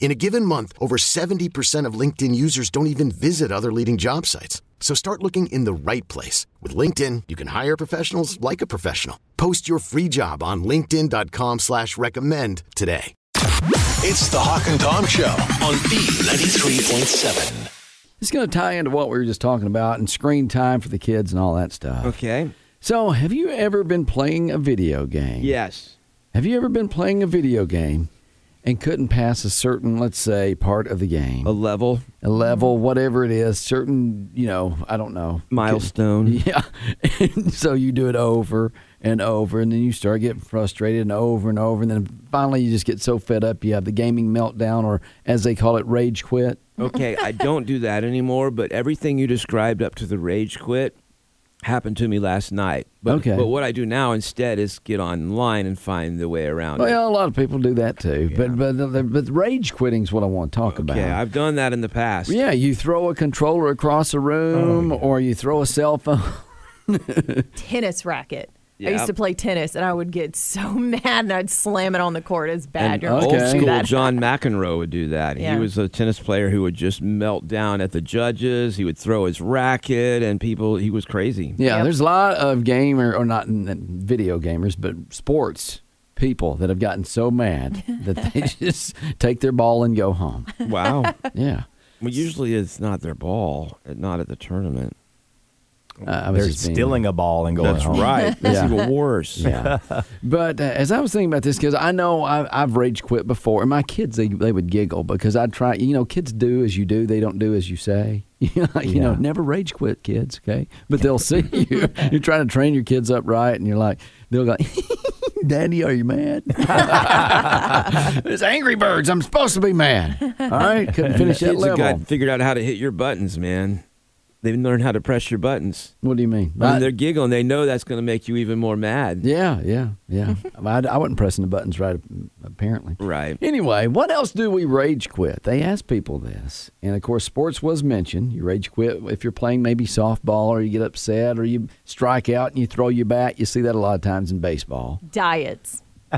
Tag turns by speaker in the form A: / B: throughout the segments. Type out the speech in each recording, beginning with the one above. A: In a given month, over 70% of LinkedIn users don't even visit other leading job sites. So start looking in the right place. With LinkedIn, you can hire professionals like a professional. Post your free job on linkedin.com slash recommend today.
B: It's the Hawk and Tom Show on B93.7.
C: It's going to tie into what we were just talking about and screen time for the kids and all that stuff.
D: Okay.
C: So, have you ever been playing a video game?
D: Yes.
C: Have you ever been playing a video game and couldn't pass a certain, let's say, part of the game,
D: A level
C: a level, whatever it is, certain, you know, I don't know,
D: milestone.
C: Yeah. And so you do it over and over, and then you start getting frustrated and over and over, and then finally you just get so fed up you have the gaming meltdown, or as they call it, rage quit.
D: Okay, I don't do that anymore, but everything you described up to the rage quit happened to me last night. But,
C: Okay.
D: But what I do now instead is get online and find the way around it.
C: Well, a lot of people do that too, but but but but rage quitting is what I want to talk about.
D: Okay, I've done that in the past.
C: yeah, you throw a controller across a
E: Oh,
C: room, or you throw a cell phone.
F: tennis racket. I
D: Yep.
F: used to play tennis, and I would get so mad, and I'd slam it on the court. It's bad.
C: And
F: You're not
C: old
F: supposed to do
C: school
D: Well,
F: that.
D: John McEnroe would do that.
F: Yeah.
D: He was a tennis player who would just melt down at the judges. He would throw his racket, and people, he was crazy.
C: Yeah,
F: Yep.
C: there's a lot of gamer or not n- n- video gamers, but sports people that have gotten so mad that they just take their ball and go home.
D: Wow.
C: Yeah,
D: well, usually it's not their ball, not at the tournament.
C: uh, I was
E: They're
C: just being-
E: stealing a ball and going
D: That's
E: home.
D: right. That's
C: Yeah.
D: even worse.
C: Yeah. but uh, as I was thinking about this, because I know I, I've rage quit before, and my kids they, they would giggle because I'd try. You know, kids do as you do; they don't do as you say. You know, like, you know, never rage quit, kids. Okay, but they'll see you. You're trying to train your kids up right, and you're like, they'll go. Daddy, are you mad? it's Angry Birds. I'm supposed to be mad. All right, couldn't finish that
D: Kids have
C: level.
D: got figured out how to hit your buttons, man. They learn how to press your buttons.
C: What do you mean?
D: When
C: I-
D: they're giggling, they know that's going to make you even more mad.
C: yeah, yeah, yeah. I, I wasn't pressing the buttons right, apparently.
D: Right.
C: Anyway, what else do we rage quit? They asked people this. And of course, sports was mentioned. You rage quit if you're playing maybe softball or you get upset or you strike out and you throw your bat. You see that a lot of times in baseball.
F: diets. I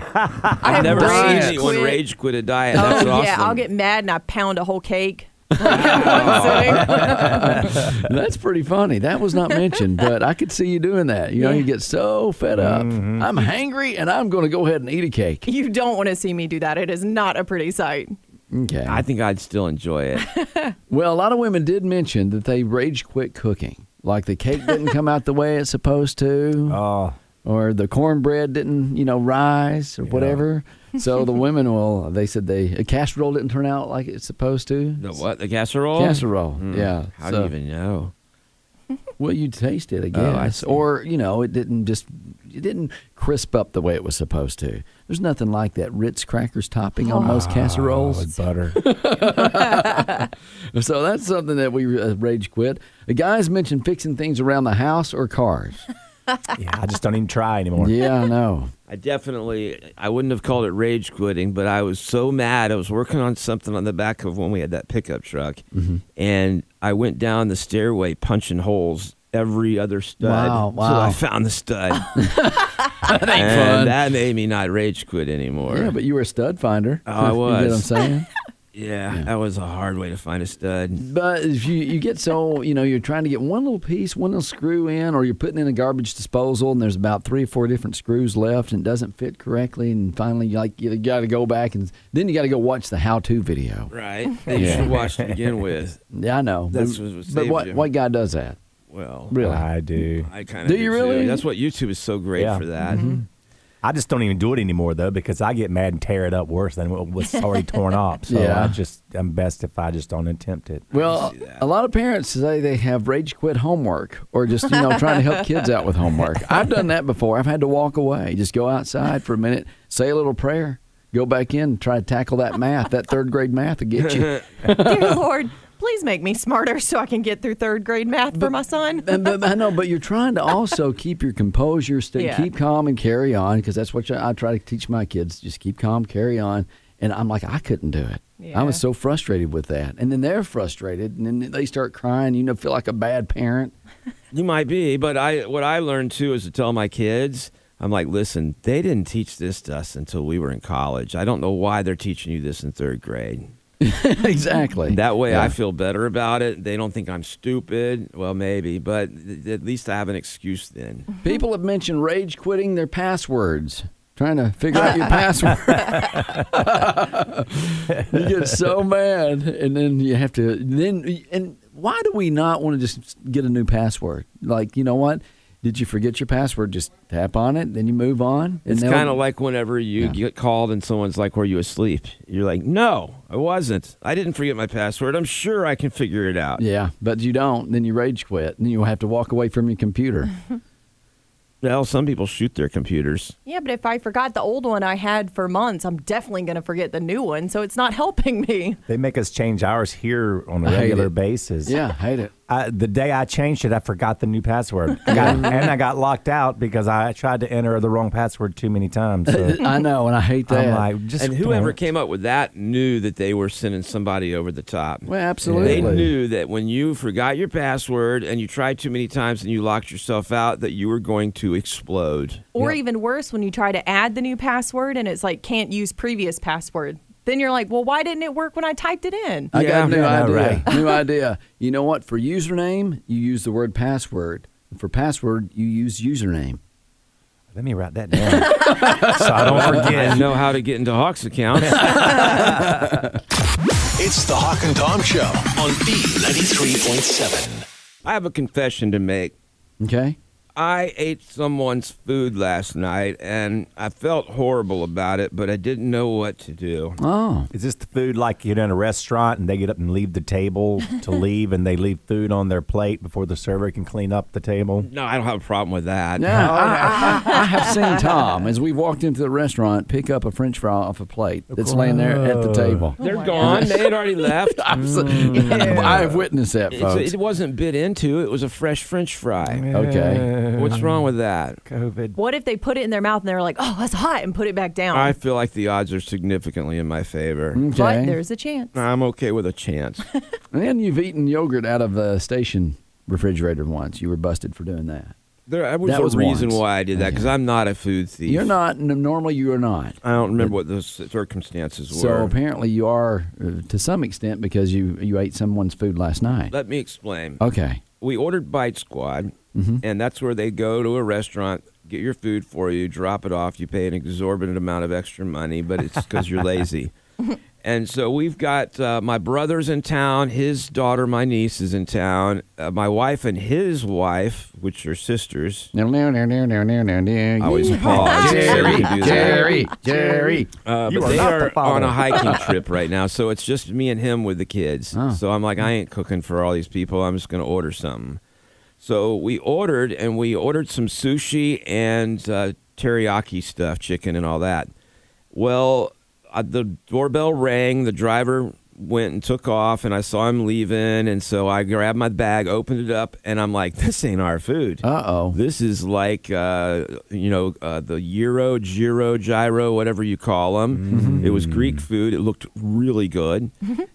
D: I've
F: have
D: never seen
F: rage
D: anyone
F: quit.
D: rage quit a diet.
F: Oh
D: That's
F: yeah,
D: awesome.
F: I'll get mad and I pound a whole cake. You know what I'm saying?
C: That's pretty funny. That was not mentioned, but I could see you doing that. You know, you get so fed up. I'm hangry and I'm going to go ahead and eat a cake.
F: you don't want to see me do that. It is not a pretty sight.
C: Okay.
D: I think I'd still enjoy it.
C: Well, a lot of women did mention that they rage quit cooking. Like the cake didn't come out the way it's supposed to.
E: Oh,
C: or the cornbread didn't, you know, rise or whatever. So the women will. They said they a casserole didn't turn out like it's supposed to.
D: The what? The casserole? Hmm.
C: Casserole, yeah.
D: How
C: So-
D: do you even know?
C: Well, you taste it, I
D: Oh, I
C: guess,
D: see.
C: or you know, it didn't just it didn't crisp up the way it was supposed to. There's nothing like that Ritz crackers topping on most casseroles.
E: Ah, with butter.
C: So that's something that we uh, rage quit. The guys mentioned fixing things around the house or cars.
E: yeah, I just don't even try anymore.
C: yeah, I know.
D: I definitely, I wouldn't have called it rage quitting, but I was so mad. I was working on something on the back of when we had that pickup truck,
C: Mm-hmm.
D: and I went down the stairway punching holes every other stud
C: Wow,
D: till
C: wow.
D: I found the stud. that and
C: fun.
D: That made me not rage quit anymore.
C: Yeah, but you were a stud finder.
D: Oh, I
C: You get what I'm
D: was.
C: saying?
D: Yeah, that was a hard way to find a stud.
C: But if you, you get so, you know, you're trying to get one little piece, one little screw in, or you're putting in a garbage disposal and there's about three or four different screws left and it doesn't fit correctly. And finally, you like, you got to go back and then you got to go watch the how to video.
D: Right? They you should watch to begin with.
C: Yeah, I know.
D: That's
C: but,
D: what- what
C: but
D: saved
C: what,
D: you.
C: what guy does that?
D: Well,
C: Really?
E: I do.
D: I kind of
C: Do you really? Mm-hmm.
D: That's what YouTube is so great
E: Yeah.
D: for that.
E: I just don't even do it anymore though because I get mad and tear it up worse than what- what's already torn up. So
C: Yeah.
E: I just I'm best if I just don't attempt it.
C: Well, a lot of parents say they have rage quit homework or just, you know, trying to help kids out with homework. I've done that before. I've had to walk away, just go outside for a minute, say a little prayer, go back in, try to tackle that math, that third grade math will get you.
F: Dear Lord, please make me smarter so I can get through third grade math for my son.
C: And- but, I know, but you're trying to also keep your composure, stay,
F: Yeah.
C: keep calm and carry on because that's what I, I try to teach my kids. Just keep calm, carry on. And I'm like, I couldn't do it. I was
F: Yeah.
C: so frustrated with that. And then they're frustrated and then they start crying. You know, feel like a bad parent.
D: You might be, but I what I learned too is to tell my kids, I'm like, listen, they didn't teach this to us until we were in college. I don't know why they're teaching you this in third grade.
C: exactly.
D: That way, I feel better about it. They don't think I'm stupid. Well, maybe, but th- at least I have an excuse then.
C: People have mentioned rage quitting their passwords. Trying to figure out your password. you get so mad, and then you have to. Then and why do we not want to just get a new password? Like you know what? Did you forget your password? Just tap on it, then you move on. And
D: It's
C: they'll-
D: kind of like whenever you
C: Yeah.
D: get called and someone's like, "Were you asleep?" You're like, "No, I wasn't. I didn't forget my password. I'm sure I can figure it out."
C: yeah, but you don't. Then you rage quit, and you have to walk away from your computer.
D: Well, some people shoot their computers.
F: Yeah, but if I forgot the old one I had for months, I'm definitely going to forget the new one. So it's not helping me.
E: They make us change ours here on
C: I
E: a
C: hate
E: regular
C: it.
E: basis.
C: yeah, hate it.
E: I, the day I changed it, I forgot the new password, I got, and I got locked out because I tried to enter the wrong password too many times. So
C: I know, and I hate that.
E: I'm like, just
D: and whoever
E: don't.
D: came up with that knew that they were sending somebody over the top.
C: well, absolutely.
D: They knew that when you forgot your password and you tried too many times and you locked yourself out, that you were going to explode.
F: Or even worse, when you try to add the new password and it's like, can't use previous password. Then you're like, well, why didn't it work when I typed it in?
C: I got a
D: Yeah,
C: new
E: I know,
C: idea.
E: right?
C: New idea. You know what? For username, you use the word password. For password, you use username.
E: Let me write that down so I don't
D: I
E: forget.
D: know how to get into Hawk's account.
B: It's the Hawk and Tom Show on B93.7.
D: I have a confession to make.
C: Okay.
D: I ate someone's food last night and I felt horrible about it, but I didn't know what to do.
C: Oh,
E: Is this the food like you're in a restaurant and they get up and leave the table to leave and they leave food on their plate before the server can clean up the table?
D: No, I don't have a problem with that.
C: yeah. I, I- I have seen Tom as we walked into the restaurant pick up a French fry off a plate that's laying there at the table.
D: They're gone. They had already left.
C: I'm so- I have witnessed that,
D: It's-
C: folks.
D: it wasn't bit into. It was a fresh French fry.
C: Okay.
D: What's wrong with that?
E: COVID.
F: What if they put it in their mouth and they're like, oh, that's hot, and put it back down?
D: I feel like the odds are significantly in my favor.
C: Hmm.
F: But
C: Okay.
F: there's a chance.
D: I'm okay with a chance.
C: And you've eaten yogurt out of the station refrigerator once. You were busted for doing that.
D: There was
C: That
D: a
C: was
D: reason
C: once.
D: why I did that because I'm not a food thief.
C: You're not, n- normally you are not.
D: I don't remember what the circumstances
C: So
D: were.
C: apparently you are uh, to some extent because you you ate someone's food last night.
D: Let me explain.
C: Okay.
D: we ordered Bite Squad, and that's where they go to a restaurant, get your food for you, drop it off. You pay an exorbitant amount of extra money, but it's because you're lazy. And so we've got uh, my brother's in town, his daughter, my niece is in town, uh, my wife and his wife, which are sisters. I always pause.
C: Jerry,
D: Sarah can do that.
C: Jerry, Jerry.
D: Uh,
E: You
D: but
E: are
D: they
E: not the
D: are
E: father.
D: on a hiking trip right now, so it's just me and him with the kids.
E: Oh.
D: So I'm like, I ain't cooking for all these people. I'm just gonna order something. So we ordered, and we ordered some sushi and uh, teriyaki stuff, chicken and all that. Well, uh, the doorbell rang. The driver went and took off, and I saw him leaving. And so I grabbed my bag, opened it up, and I'm like, this ain't our food.
C: Uh oh.
D: This is like, uh, you know, uh, the gyro, gyro, gyro, whatever you call them.
C: Mm-hmm.
D: It was Greek food. It looked really good,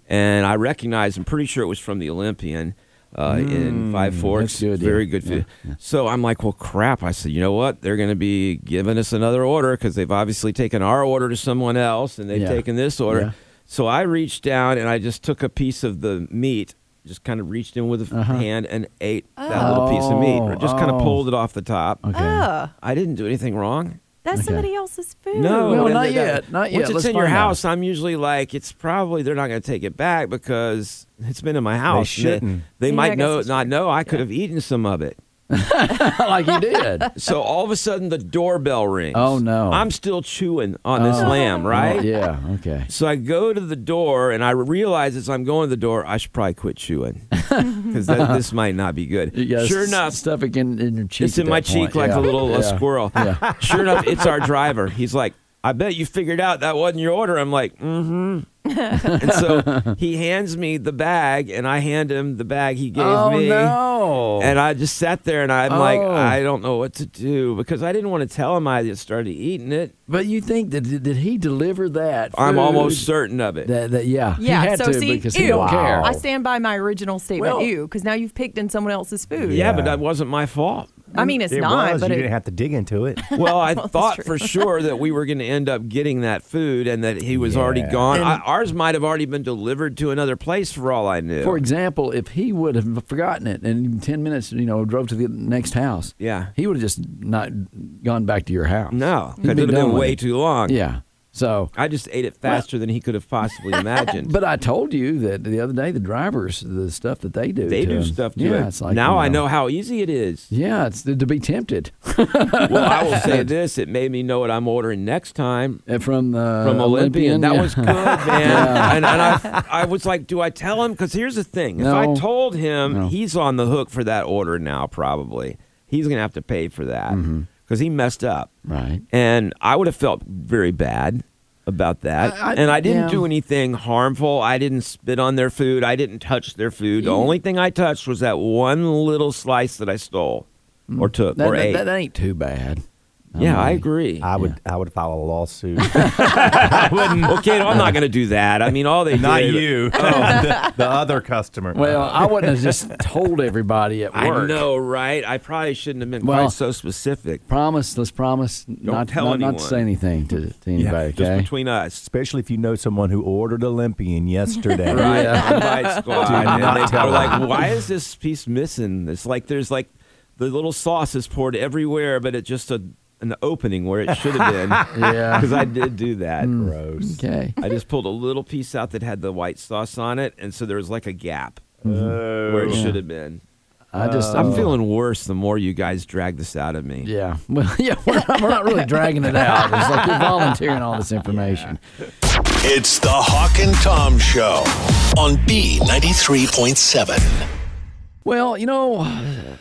D: and I recognized. I'm pretty sure it was from the Olympian uh, in Five Forks.
C: Mm, that's good, yeah.
D: Very good food. So I'm like, well, crap. I said, you know what? They're going to be giving us another order because they've obviously taken our order to someone else, and they've
C: Yeah.
D: taken this order.
C: Yeah.
D: So I reached down and I just took a piece of the meat. Just kind of reached in with a f hand and ate that little piece of meat, or just kind
C: Uh-huh. Oh.
D: of pulled it off the top.
C: Okay.
F: Ugh,
D: I didn't do anything wrong.
F: Ah, that's
C: Okay.
F: somebody else's food.
D: No,
C: Well,
D: and
C: not
D: that-
C: yet, not yet.
D: Once
C: Let's
D: it's in your
C: find out.
D: house, I'm usually like, it's probably they're not going to take it back because it's been in my house. and
E: shouldn't.
D: They, they
F: Yeah, I
D: might
F: guess
D: know
F: that's
D: not know. I could have eaten some of it.
C: like you did.
D: So all of a sudden the doorbell rings.
C: Oh, no. Oh.
D: I'm still chewing on this lamb, right?
C: Yeah. Okay.
D: So I go to the door and I realize as I'm going to the door, I should probably quit chewing because this might not be good.
C: You got
D: Sure
C: s-
D: enough,
C: stuff it in, in your cheek.
D: it's
C: at
D: in
C: that
D: my
C: point.
D: cheek like
C: Yeah.
D: a little
C: Yeah.
D: a squirrel. Sure enough, it's our driver. He's like, I bet you figured out that wasn't your order. I'm like, mm hmm. and so he hands me the bag, and I hand him the bag he gave
C: Oh
D: me.
C: no!
D: And I just sat there and I'm like,
C: Oh.
D: I don't know what to do because I didn't want to tell him I had started eating it.
C: but you think that did he deliver that?
D: I'm
C: food?
D: almost certain of it.
C: That, that, yeah.
F: Yeah,
C: He had
F: so
C: to
F: see,
C: because
F: ew.
C: he don't care.
F: I stand by my original statement,
C: Well-
F: ew, because now you've picked in someone else's food.
D: yeah, but
E: Yeah.
D: that wasn't my fault.
F: I mean, it's
E: it
F: not,
E: was.
F: but
E: you
F: it,
E: didn't have to dig into it.
D: Well, I
F: that's
D: thought
F: true.
D: for sure that we were going to end up getting that food and that he was already gone. I, ours might have already been delivered to another place for all I knew.
C: For example, if he would have forgotten it and in ten minutes, you know, drove to the next house,
D: Yeah.
C: he would have just not gone back to your house.
D: no,
C: He'd
D: that would have
C: done
D: been
C: with
D: way
C: it.
D: too long.
C: Yeah. So,
D: I just ate it faster than he could have possibly imagined.
C: but I told you that the other day, the drivers, the stuff that they do,
D: they
C: to
D: do
C: 'em.
D: stuff to
C: yeah,
D: it.
C: It's like
D: now
C: you
D: I know how easy it is.
C: Yeah, it's to, to be tempted
D: Well, I will say this: it made me know what I'm ordering next time.
C: Uh, from the
D: from Olympian. That
C: yeah.
D: was good, man. And, and I, I was like, do I tell him? Because here's the thing: if I
C: No.
D: told him, he's on the hook for that order now. Probably he's gonna have to pay for that because
C: Mm-hmm.
D: he messed up.
C: right.
D: And I would have felt very bad about that.
C: I- I-
D: and I didn't
C: yeah.
D: do anything harmful. I didn't spit on their food. I didn't touch their food. The only thing I touched was that one little slice that I stole
C: Mm.
D: or took
C: That,
D: or ate.
C: that, that ain't too bad. Oh,
D: yeah, I agree.
E: I would I would file a lawsuit.
D: I wouldn't. Okay, no, I'm not going to do that. I mean, all they did-
E: Oh, the, the other customer.
C: Well, I wouldn't have just told everybody at
D: Uh, I
C: work.
D: know, right? I probably shouldn't have been
C: Well-
D: quite so specific.
C: Promise. Let's promise not,
D: tell
C: not, not to
D: anyone.
C: say anything to, to anybody.
D: Just
C: okay.
D: between us.
E: especially if you know someone who ordered Olympian yesterday.
D: Right, on Bite Squad. and
E: not
D: they
E: tell
D: were like,
E: them.
D: why is this piece missing? It's like there's like the little sauce is poured everywhere, but it's just a, an opening where it should have been.
C: yeah. Mm.
D: Because I did do that.
E: Gross.
C: Okay.
D: I just pulled a little piece out that had the white sauce on it, and so there was like a gap where
E: Oh.
D: it should have been.
C: I just.
D: I'm
C: oh,
D: feeling worse the more you guys drag this out of me.
C: Yeah. Well. Yeah. We're not, we're not really dragging it out. It's like you're volunteering all this information.
B: It's the Hawk and Tom Show on B93.7.
C: Well, you know,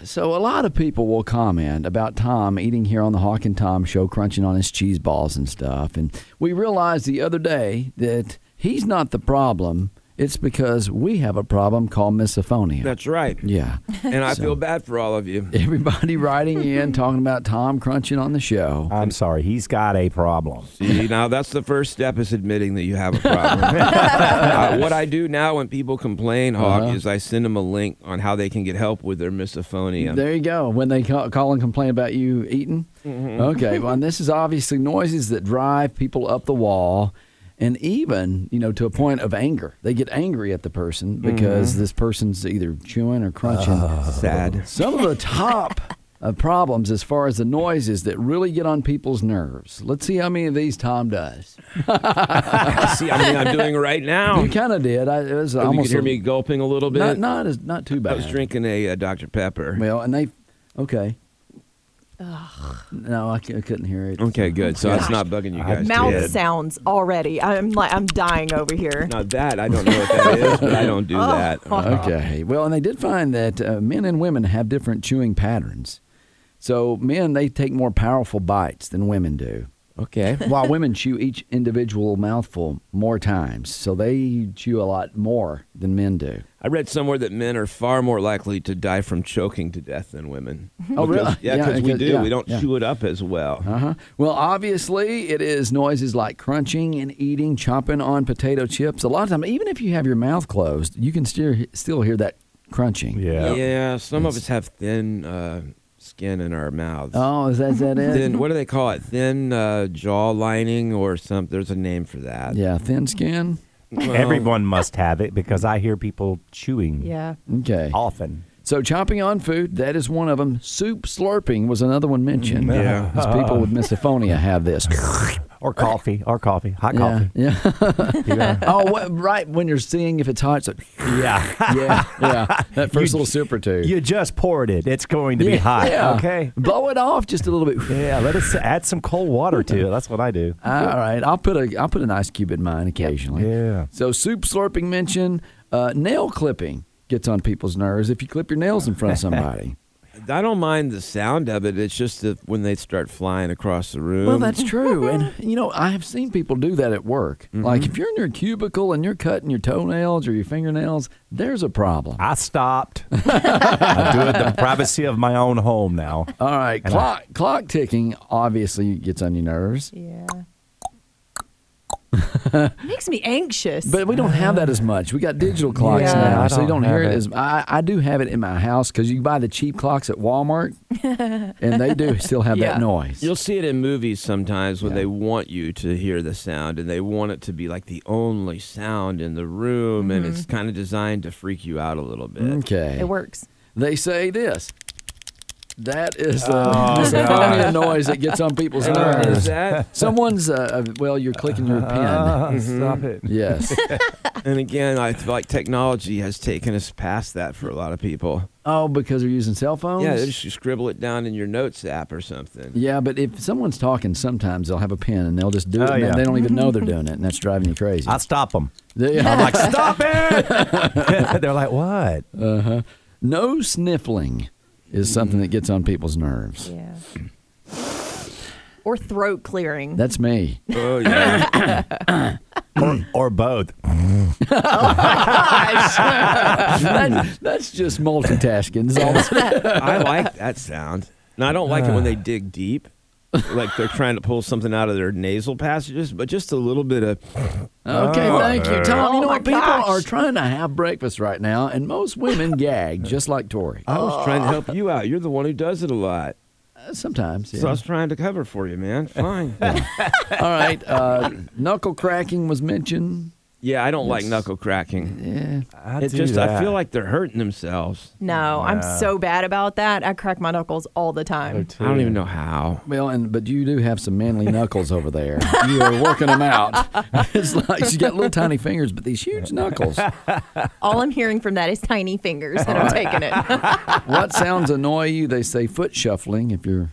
C: so a lot of people will comment about Tom eating here on the Hawk and Tom show, crunching on his cheese balls and stuff. And we realized the other day that he's not the problem. It's because we have a problem called misophonia.
D: That's right.
C: yeah.
D: And I feel bad for all of you.
C: Everybody writing in talking about Tom crunching on the show.
E: I'm sorry. He's got a problem.
D: See, now that's the first step is admitting that you have a problem. Uh, what I do now when people complain, Hawk,
C: Uh-huh.
D: is I send them a link on how they can get help with their misophonia.
C: There you go. When they call, call and complain about you eating.
D: Mm-hmm.
C: Okay. Well, and this is obviously noises that drive people up the wall and even, you know, to a point of anger. They get angry at the person
D: Mm-hmm.
C: because this person's either chewing or crunching.
D: Ah. Sad.
C: Some of the top uh, problems as far as the noises that really get on people's nerves. Let's see how many of these Tom does.
D: See, I mean, I'm doing right now.
C: You
D: Oh. You
C: kind of did. I, it was almost
D: could hear
C: a-
D: me gulping a little bit.
C: Not, not, as, not too bad.
D: I was drinking a uh, Dr. Pepper.
C: Well, and they, okay. No, I, c- I couldn't hear it.
D: Okay, good. So it's
F: Gosh.
D: not bugging you guys.
F: mouth
D: did.
F: sounds already. I'm like, I'm dying over here.
D: Now that I don't know what that is, but I don't do that.
C: Okay. Well, and they did find that uh, men and women have different chewing patterns. So men they take more powerful bites than women do,
D: Okay.
C: while women chew each individual mouthful more times. So they chew a lot more than men do.
D: I read somewhere that men are far more likely to die from choking to death than women.
C: Oh,
D: Because-
C: really?
D: Yeah,
C: Yeah,
D: because we
C: because-
D: do.
C: yeah,
D: we don't
C: yeah.
D: chew it up as well.
C: Uh-huh. Well, obviously, it is noises like crunching and eating, chomping on potato chips. A lot of times, even if you have your mouth closed, you can still still hear that crunching.
E: Yeah.
D: Yeah, some of us have thin uh, skin in our mouths.
C: Oh, is that, is that it?
D: Thin, what do they call it? Thin uh, jaw lining or something. There's a name for that.
C: Yeah, thin skin.
D: Well,
E: Everyone must have it because I hear people chewing
F: Yeah.
C: Okay.
E: often.
C: So chomping on food, that is one of them. Soup slurping was another one mentioned. Uh-huh.
D: Yeah.
C: Because people with misophonia have this.
E: or coffee, or coffee, hot
C: Yeah.
E: coffee.
C: Yeah.
E: Yeah.
C: oh, what, right when you're seeing if it's hot. It's like,
E: yeah.
C: yeah. Yeah. That first little sip or two.
E: You just poured it. It's going to be
C: Yeah,
E: hot.
C: yeah.
E: Okay.
C: Blow it off just a little bit.
E: Yeah, let us add some cold water to it. That's what I do.
C: All right, I'll put a I'll put an ice cube in mine occasionally.
E: Yeah.
C: So soup slurping mention, uh, nail clipping gets on people's nerves if you clip your nails in front of somebody.
D: I don't mind the sound of it. It's just that when they start flying across the room.
C: well, that's true, and you know I have seen people do that at work.
E: Mm-hmm.
C: Like if you're in your cubicle and you're cutting your toenails or your fingernails, there's a problem.
E: I stopped. I do it in the privacy of my own home now.
C: All right, clock clock ticking obviously gets on your nerves,
F: Yeah. Makes me anxious.
C: but we don't have that as much. We got digital clocks
F: Yeah.
C: now,
E: I
C: so you
E: don't
C: don't hear
E: have
C: it,
E: it.
C: as. I, I do have it in my house because you buy the cheap clocks at Walmart, and they do still have
F: Yeah.
C: that noise.
D: You'll see it in movies sometimes when they want you to hear the sound and they want it to be like the only sound in the room and it's
C: Mm-hmm.
D: kind of designed to freak you out a little bit.
C: Okay.
F: it works.
C: They say this. That is the
E: Oh,
C: most
E: God.
C: funny noise that gets on people's
D: Uh, is
C: nerves.
D: that?
C: Someone's, uh, well, you're clicking your pen.
E: Uh, Stop it.
C: Yes.
D: And again, I feel like technology has taken us past that for a lot of people.
C: Oh, because they're using cell phones?
D: Yeah, just you scribble it down in your notes app or something.
C: Yeah, but if someone's talking, sometimes they'll have a pen and they'll just do it.
E: Oh,
C: and
E: yeah.
C: They don't even know they're doing it, and that's driving you crazy.
E: I stop them.
C: They- uh,
E: I'm like, stop it. They're like, what?
C: no sniffling is something that gets on people's nerves.
F: Yeah. or throat clearing.
C: That's me.
D: Oh yeah.
E: or, or both.
F: Oh
C: That- that's just multitasking. is all.
D: I like that sound. And I don't like it when they dig deep, like they're trying to pull something out of their nasal passages, but just a little bit of
C: Okay, thank you, Tom. you know
F: my
C: what? People
F: gosh.
C: are trying to have breakfast right now, and most women gag, just like Tori.
D: I was trying to help you out. You're the one who does it a lot.
C: Uh, Sometimes.
D: So I
C: Yeah.
D: was trying to cover for you, man. Fine.
C: All right. Uh, knuckle cracking was mentioned.
D: yeah, I don't like knuckle cracking.
E: I
D: It
E: do
D: just I
E: that.
D: feel like they're hurting themselves.
F: no, I'm so bad about that. I crack my knuckles all the time.
D: I don't even know how.
C: Well, and but you do have some manly knuckles over there. You are working them out. It's like she's got little tiny fingers, but these huge knuckles.
F: All I'm hearing from that is tiny fingers, and
C: Oh.
F: I'm taking it.
C: What sounds annoy you? They say foot shuffling. If you're,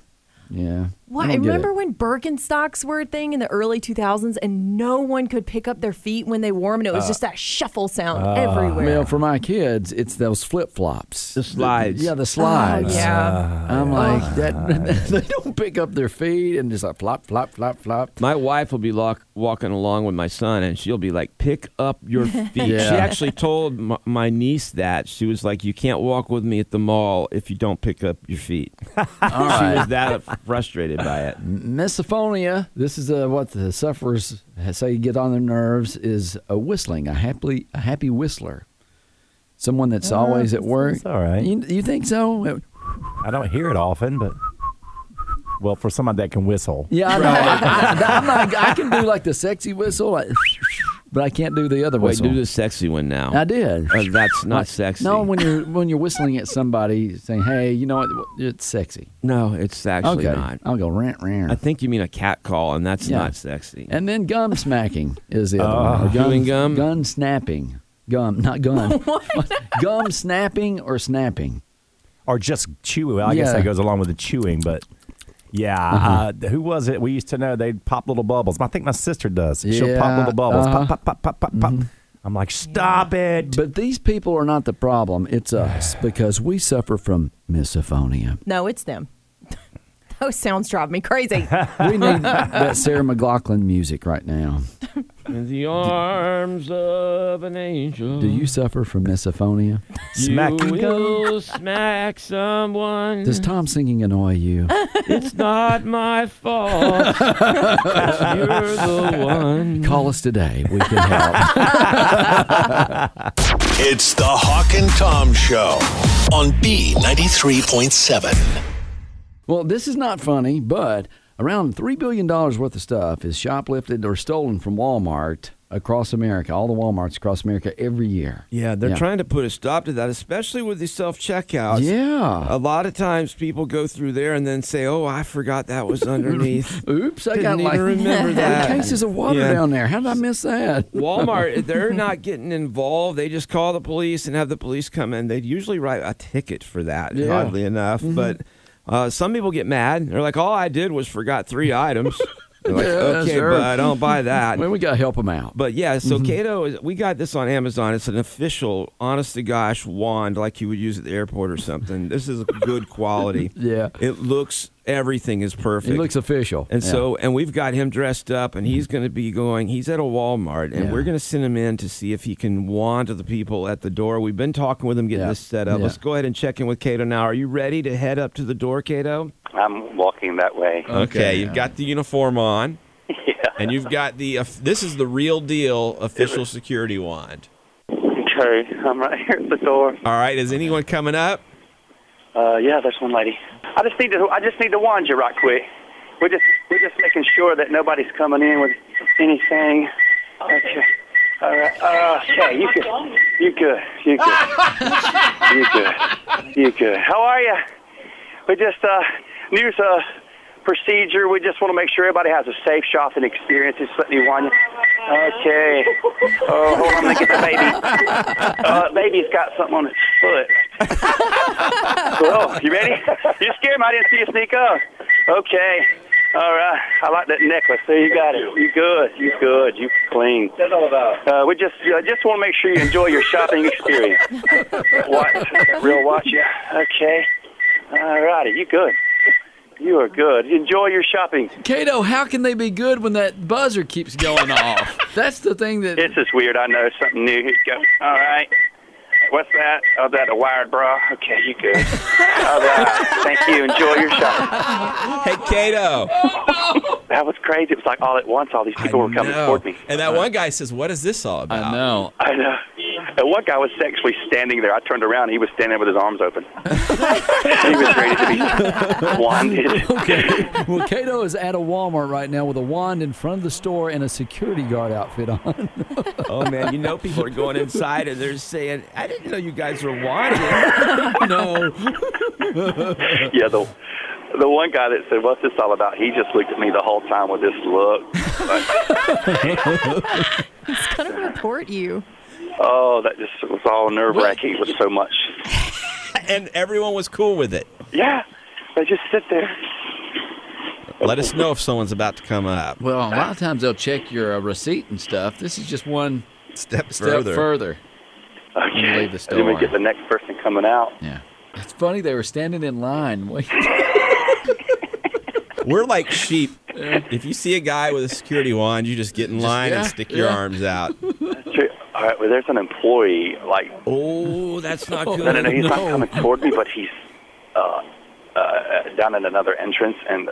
C: yeah.
F: What?
C: don't get
F: remember
C: it.
F: when Birkenstocks were a thing in the early 2000s, and no one could pick up their feet when they wore them, and
C: Uh.
F: it was just that shuffle sound everywhere.
C: Well, for my kids, it's those flip flops.
D: The slides.
C: Yeah, the
F: Oh,
C: slides.
F: yeah. Oh.
C: I'm like that. They don't pick up their feet and just like flop, flop, flop, flop.
D: My wife will be lock, walking along with my son, and she'll be like, "Pick up your feet." She
C: Yeah.
D: actually told my, my niece that she was like, "You can't walk with me at the mall if you don't pick up your feet."
C: All
D: she
C: right.
D: was that frustrated by it.
C: Misophonia. This is uh, what the sufferers say get on their nerves is a whistling, a happily a happy whistler. Someone that's
D: Uh-huh.
C: always at work.
E: all right.
C: You, you think so?
E: I don't hear it often, but well, for somebody that can whistle.
C: Yeah, I know. I, am not, I can do like the sexy whistle, like, but I can't do the other
D: Wait,
C: whistle.
D: do the sexy one now.
C: I did.
D: Uh, that's not
C: Like,
D: sexy.
C: No, when you're when you're whistling at somebody, saying, "Hey, you know what? It's sexy."
D: No, it's actually
C: okay,
D: not.
C: I'll go rant, rant.
D: I think you mean a cat call, and that's
C: Yeah.
D: not sexy. Ah.
C: And then gum smacking is the other one. Or
D: Chewing gum?
C: Gun snapping. Gum, not gun. gum snapping or snapping.
E: Or just chew. Well, I guess
C: Yeah. Uh-huh.
E: that goes along with the chewing, but yeah. uh who was it? We used to know they'd pop little bubbles. I think my sister does. She'll pop
C: Yeah,
E: little bubbles.
C: uh-huh.
E: Pop, pop, pop, pop, pop, pop. I'm like, stop it.
C: But these people are not the problem. It's us because we suffer from misophonia.
F: No, it's them. Those sounds drive me crazy.
C: We need that Sarah McLaughlin music right now.
D: In the arms of an angel.
C: Do you suffer from misophonia?
E: Smack
D: you will smack someone.
C: Does Tom singing annoy you?
D: It's not my fault. 'cause you're the one.
C: Call us today. We can help.
B: It's the Hawk and Tom Show on B93.7.
C: Well, this is not funny, but around $3 billion worth of stuff is shoplifted or stolen from Walmart across America, all the WalMarts across America every year.
D: Yeah, they're trying to put a stop to that, especially with these self checkouts.
C: Yeah.
D: A lot of times people go through there and then say, "Oh, I forgot that was underneath."
C: Oops, I
D: Didn't
C: got
D: even
C: like
D: remember
C: three
D: that.
C: cases of water
D: Yeah.
C: down there. How did I miss that?
D: Walmart, they're not getting involved. They just call the police and have the police come in. They'd usually write a ticket for that,
C: Yeah. Mm-hmm.
D: oddly enough. But uh, some people get mad. They're like, "All I did was forgot three items." They're like,
C: Yeah,
D: okay,
C: sure.
D: but I don't buy that.
C: Well, we got to help them out.
D: But yeah, so
C: Mm-hmm.
D: Cato is we got this on Amazon. It's an official, honest to gosh wand like you would use at the airport or something. This is good quality.
C: Yeah.
D: It looks everything is perfect.
C: it looks official.
D: and
C: Yeah.
D: so and we've got him dressed up and he's gonna be going he's at a Walmart and
C: Yeah.
D: we're gonna send him in to see if he can wand the people at the door. We've been talking with him getting
C: Yeah.
D: this set up.
C: Yeah.
D: Let's go ahead and check in with Cato now. Are you ready to head up to the door, Cato?
G: I'm walking that way.
D: Okay, you've got the uniform on. And you've got the uh, this is the real deal official security wand.
G: Okay, I'm right here at the door.
D: All right, is anyone coming up?
G: Uh, yeah, there's one lady. I just need to I just need to warn you right quick. We're just we're just making sure that nobody's coming in with anything. Okay. All right. Uh, okay, you good? You good? You good? You good? You good? How are you? We just uh, new uh, procedure. We just want to make sure everybody has a safe shopping experience. Just let me warn you. Okay. Oh, hold on, let me get the baby. Uh, baby's got something on its foot. Hello, Oh, you ready? You scared me. I didn't see you sneak up. Okay. All right. I like that necklace. So you got it. You good. You good. You clean. That's all about. Uh, we just uh, just want to make sure you enjoy your shopping experience. Watch. Real watch. Yeah. Okay. All righty. You good. You are good. Enjoy your shopping.
C: Kato, how can they be good when that buzzer keeps going off? That's the thing that.
G: This is weird. I know something new. Here you go. All right. What's that? Oh, that a wired bra? Okay, you good. All right. Thank you. Enjoy your shopping.
D: Hey, Cato.
G: That was crazy. It was like all at once. All these people were coming toward me.
D: And that one guy says, "What is this all about?"
C: I know.
G: I know. And one guy was actually standing there. I turned around. He was standing with his arms open. he was ready to be blinded.
C: Well, Kato is at a Walmart right now with a wand in front of the store and a security guard outfit on.
D: Oh man, you know people are going inside and they're saying, "I didn't know you guys were wanted." no.
G: Yeah, the the one guy that said, "What's this all about?" He just looked at me the whole time with this look.
F: It's going to report you.
G: Oh, that just was all nerve wracking. It was so much.
D: And everyone was cool with it.
G: Yeah, they just sit there.
D: Let us know if someone's about to come up.
C: Well, a lot of times they'll check your uh, receipt and stuff. This is just one
D: Step
C: step further.
G: Okay.
C: leave the
G: And then we
C: store.
G: get the next person coming out.
C: Yeah. It's funny they were standing in line. Wait.
D: We're like sheep. If you see a guy with a security wand, you just get in line and
C: yeah,
D: stick your
C: yeah.
D: arms out.
G: True. All right, well, there's an employee. Like,
D: Oh, that's not good.
G: no, no, no, he's not coming toward me, but he's uh, uh, down at another entrance, and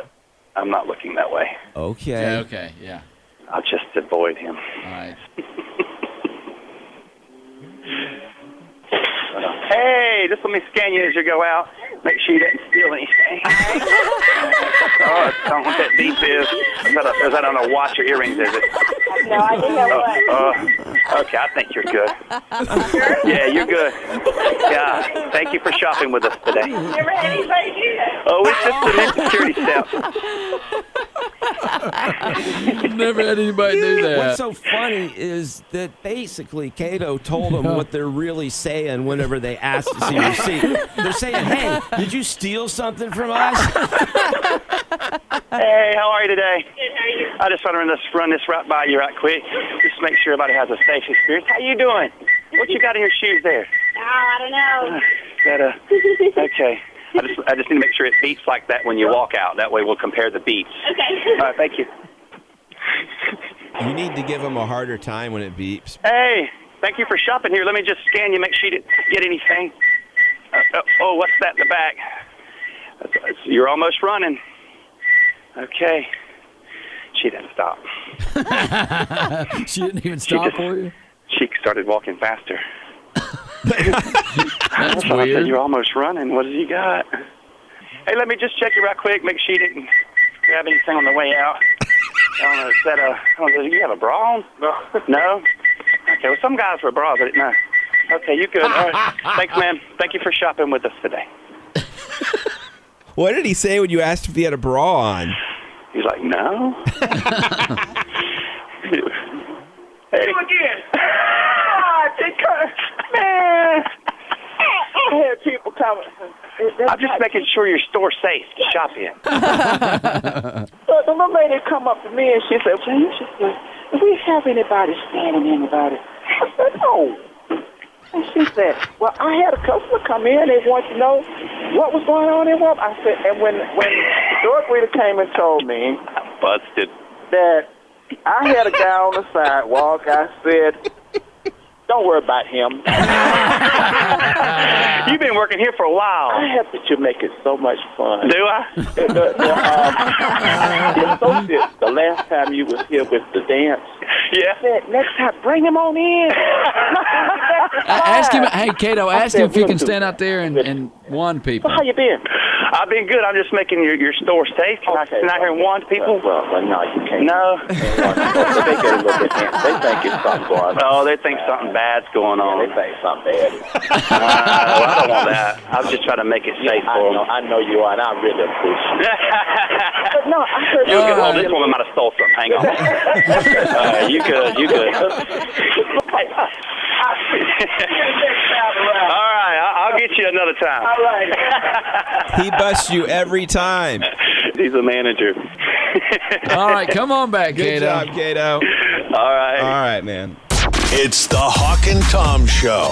G: I'm not looking that way.
D: Okay.
C: okay. Yeah.
G: I'll just avoid him.
C: All right.
G: Hey, just let me scan you as you go out. Make sure you didn't steal anything. oh, I don't want that beep is. Is that, a, is that on a watch or earrings, is it?
H: No idea what.
G: Uh, okay, I think you're good. Yeah, you're good. Yeah, thank you for shopping with us today.
H: Never had anybody do that.
G: Oh, it's just an insecurity step.
C: Never had anybody do
D: What's
C: that.
D: so funny is that basically Cato told them what they're really saying whenever they ask to see your receipt. They're saying, "Hey, did you steal something from us?"
G: Hey, how are you today?
H: Good, how are you?
G: I just want to run this, run this right by you right quick. Just make sure everybody has a safe experience. How you doing? What you got in your shoes there?
H: Oh, I don't know.
G: That, uh, okay. I just, I just need to make sure it beats like that when you walk out. That way we'll compare the beats. All
H: Okay.
G: right, thank you.
D: You need to give them a harder time when it beeps.
G: Hey, thank you for shopping here. Let me just scan you, make sure you didn't get anything. Uh, uh, oh, what's that in the back? That's, that's- you're almost running. Okay. She didn't stop.
C: She didn't even stop
G: just-
C: for you.
G: She started walking faster.
C: That's
G: So I said,
C: weird.
G: you're almost running. What have you got? Hey, let me just check you right quick. Make sure you didn't grab anything on the way out. on a set of. On a, you have a bra on? No. No. Okay. Well, some guys wear bras, but no. Okay, you good? All right. Thanks, man. Thank you for shopping with us today.
D: What did he say when you asked if he had a bra on?
G: He's like, no. hey,
H: God, they come, Ah, man. I hear people coming.
G: I'm just making sure your store's safe to shop in.
H: So the little lady come up to me and she said, James, she said, do we have anybody standing anybody? I said, no. And she said, well, I had a customer come in. They wanted to know what was going on in Walmart. I said, and when, when the door greeter came and told me
G: Busted.
H: that I had a guy on the sidewalk, I said, don't worry about him.
G: You've been working here for a
H: I
G: while.
H: have that you make it so much fun.
G: Do I?
H: the, the, um, uh, the associate, the last time you was here with the dance,
G: Yeah.
H: said, next time, bring him on in.
C: ask him, hey, Cato, ask him if you
H: we'll
C: can
H: do
C: stand
H: that.
C: out there and, and one people.
H: So how you been?
G: I've been good. I'm just making your, your store safe. Can I, can I hear one people?
H: Well, well, no, you can't.
G: No.
H: they get a little bit. They think it's something going on.
G: Oh, they think something bad's going
H: They
G: on.
H: think something. bad.
G: Uh, well, I don't want that. I'm just trying to make it safe
H: I
G: for
H: know,
G: them.
H: I know you are, and I really appreciate. It.
G: you
H: No, I heard
G: good. Oh, this woman might have stole something. Hang on. All right, you good. You good. All right, I- I'll get you another time.
H: All right.
D: He busts you every time.
G: He's a manager.
C: All right, come on back,
D: Good
C: Cato.
D: job, Kato.
G: All right.
D: All right, man.
B: It's the Hawk and Tom Show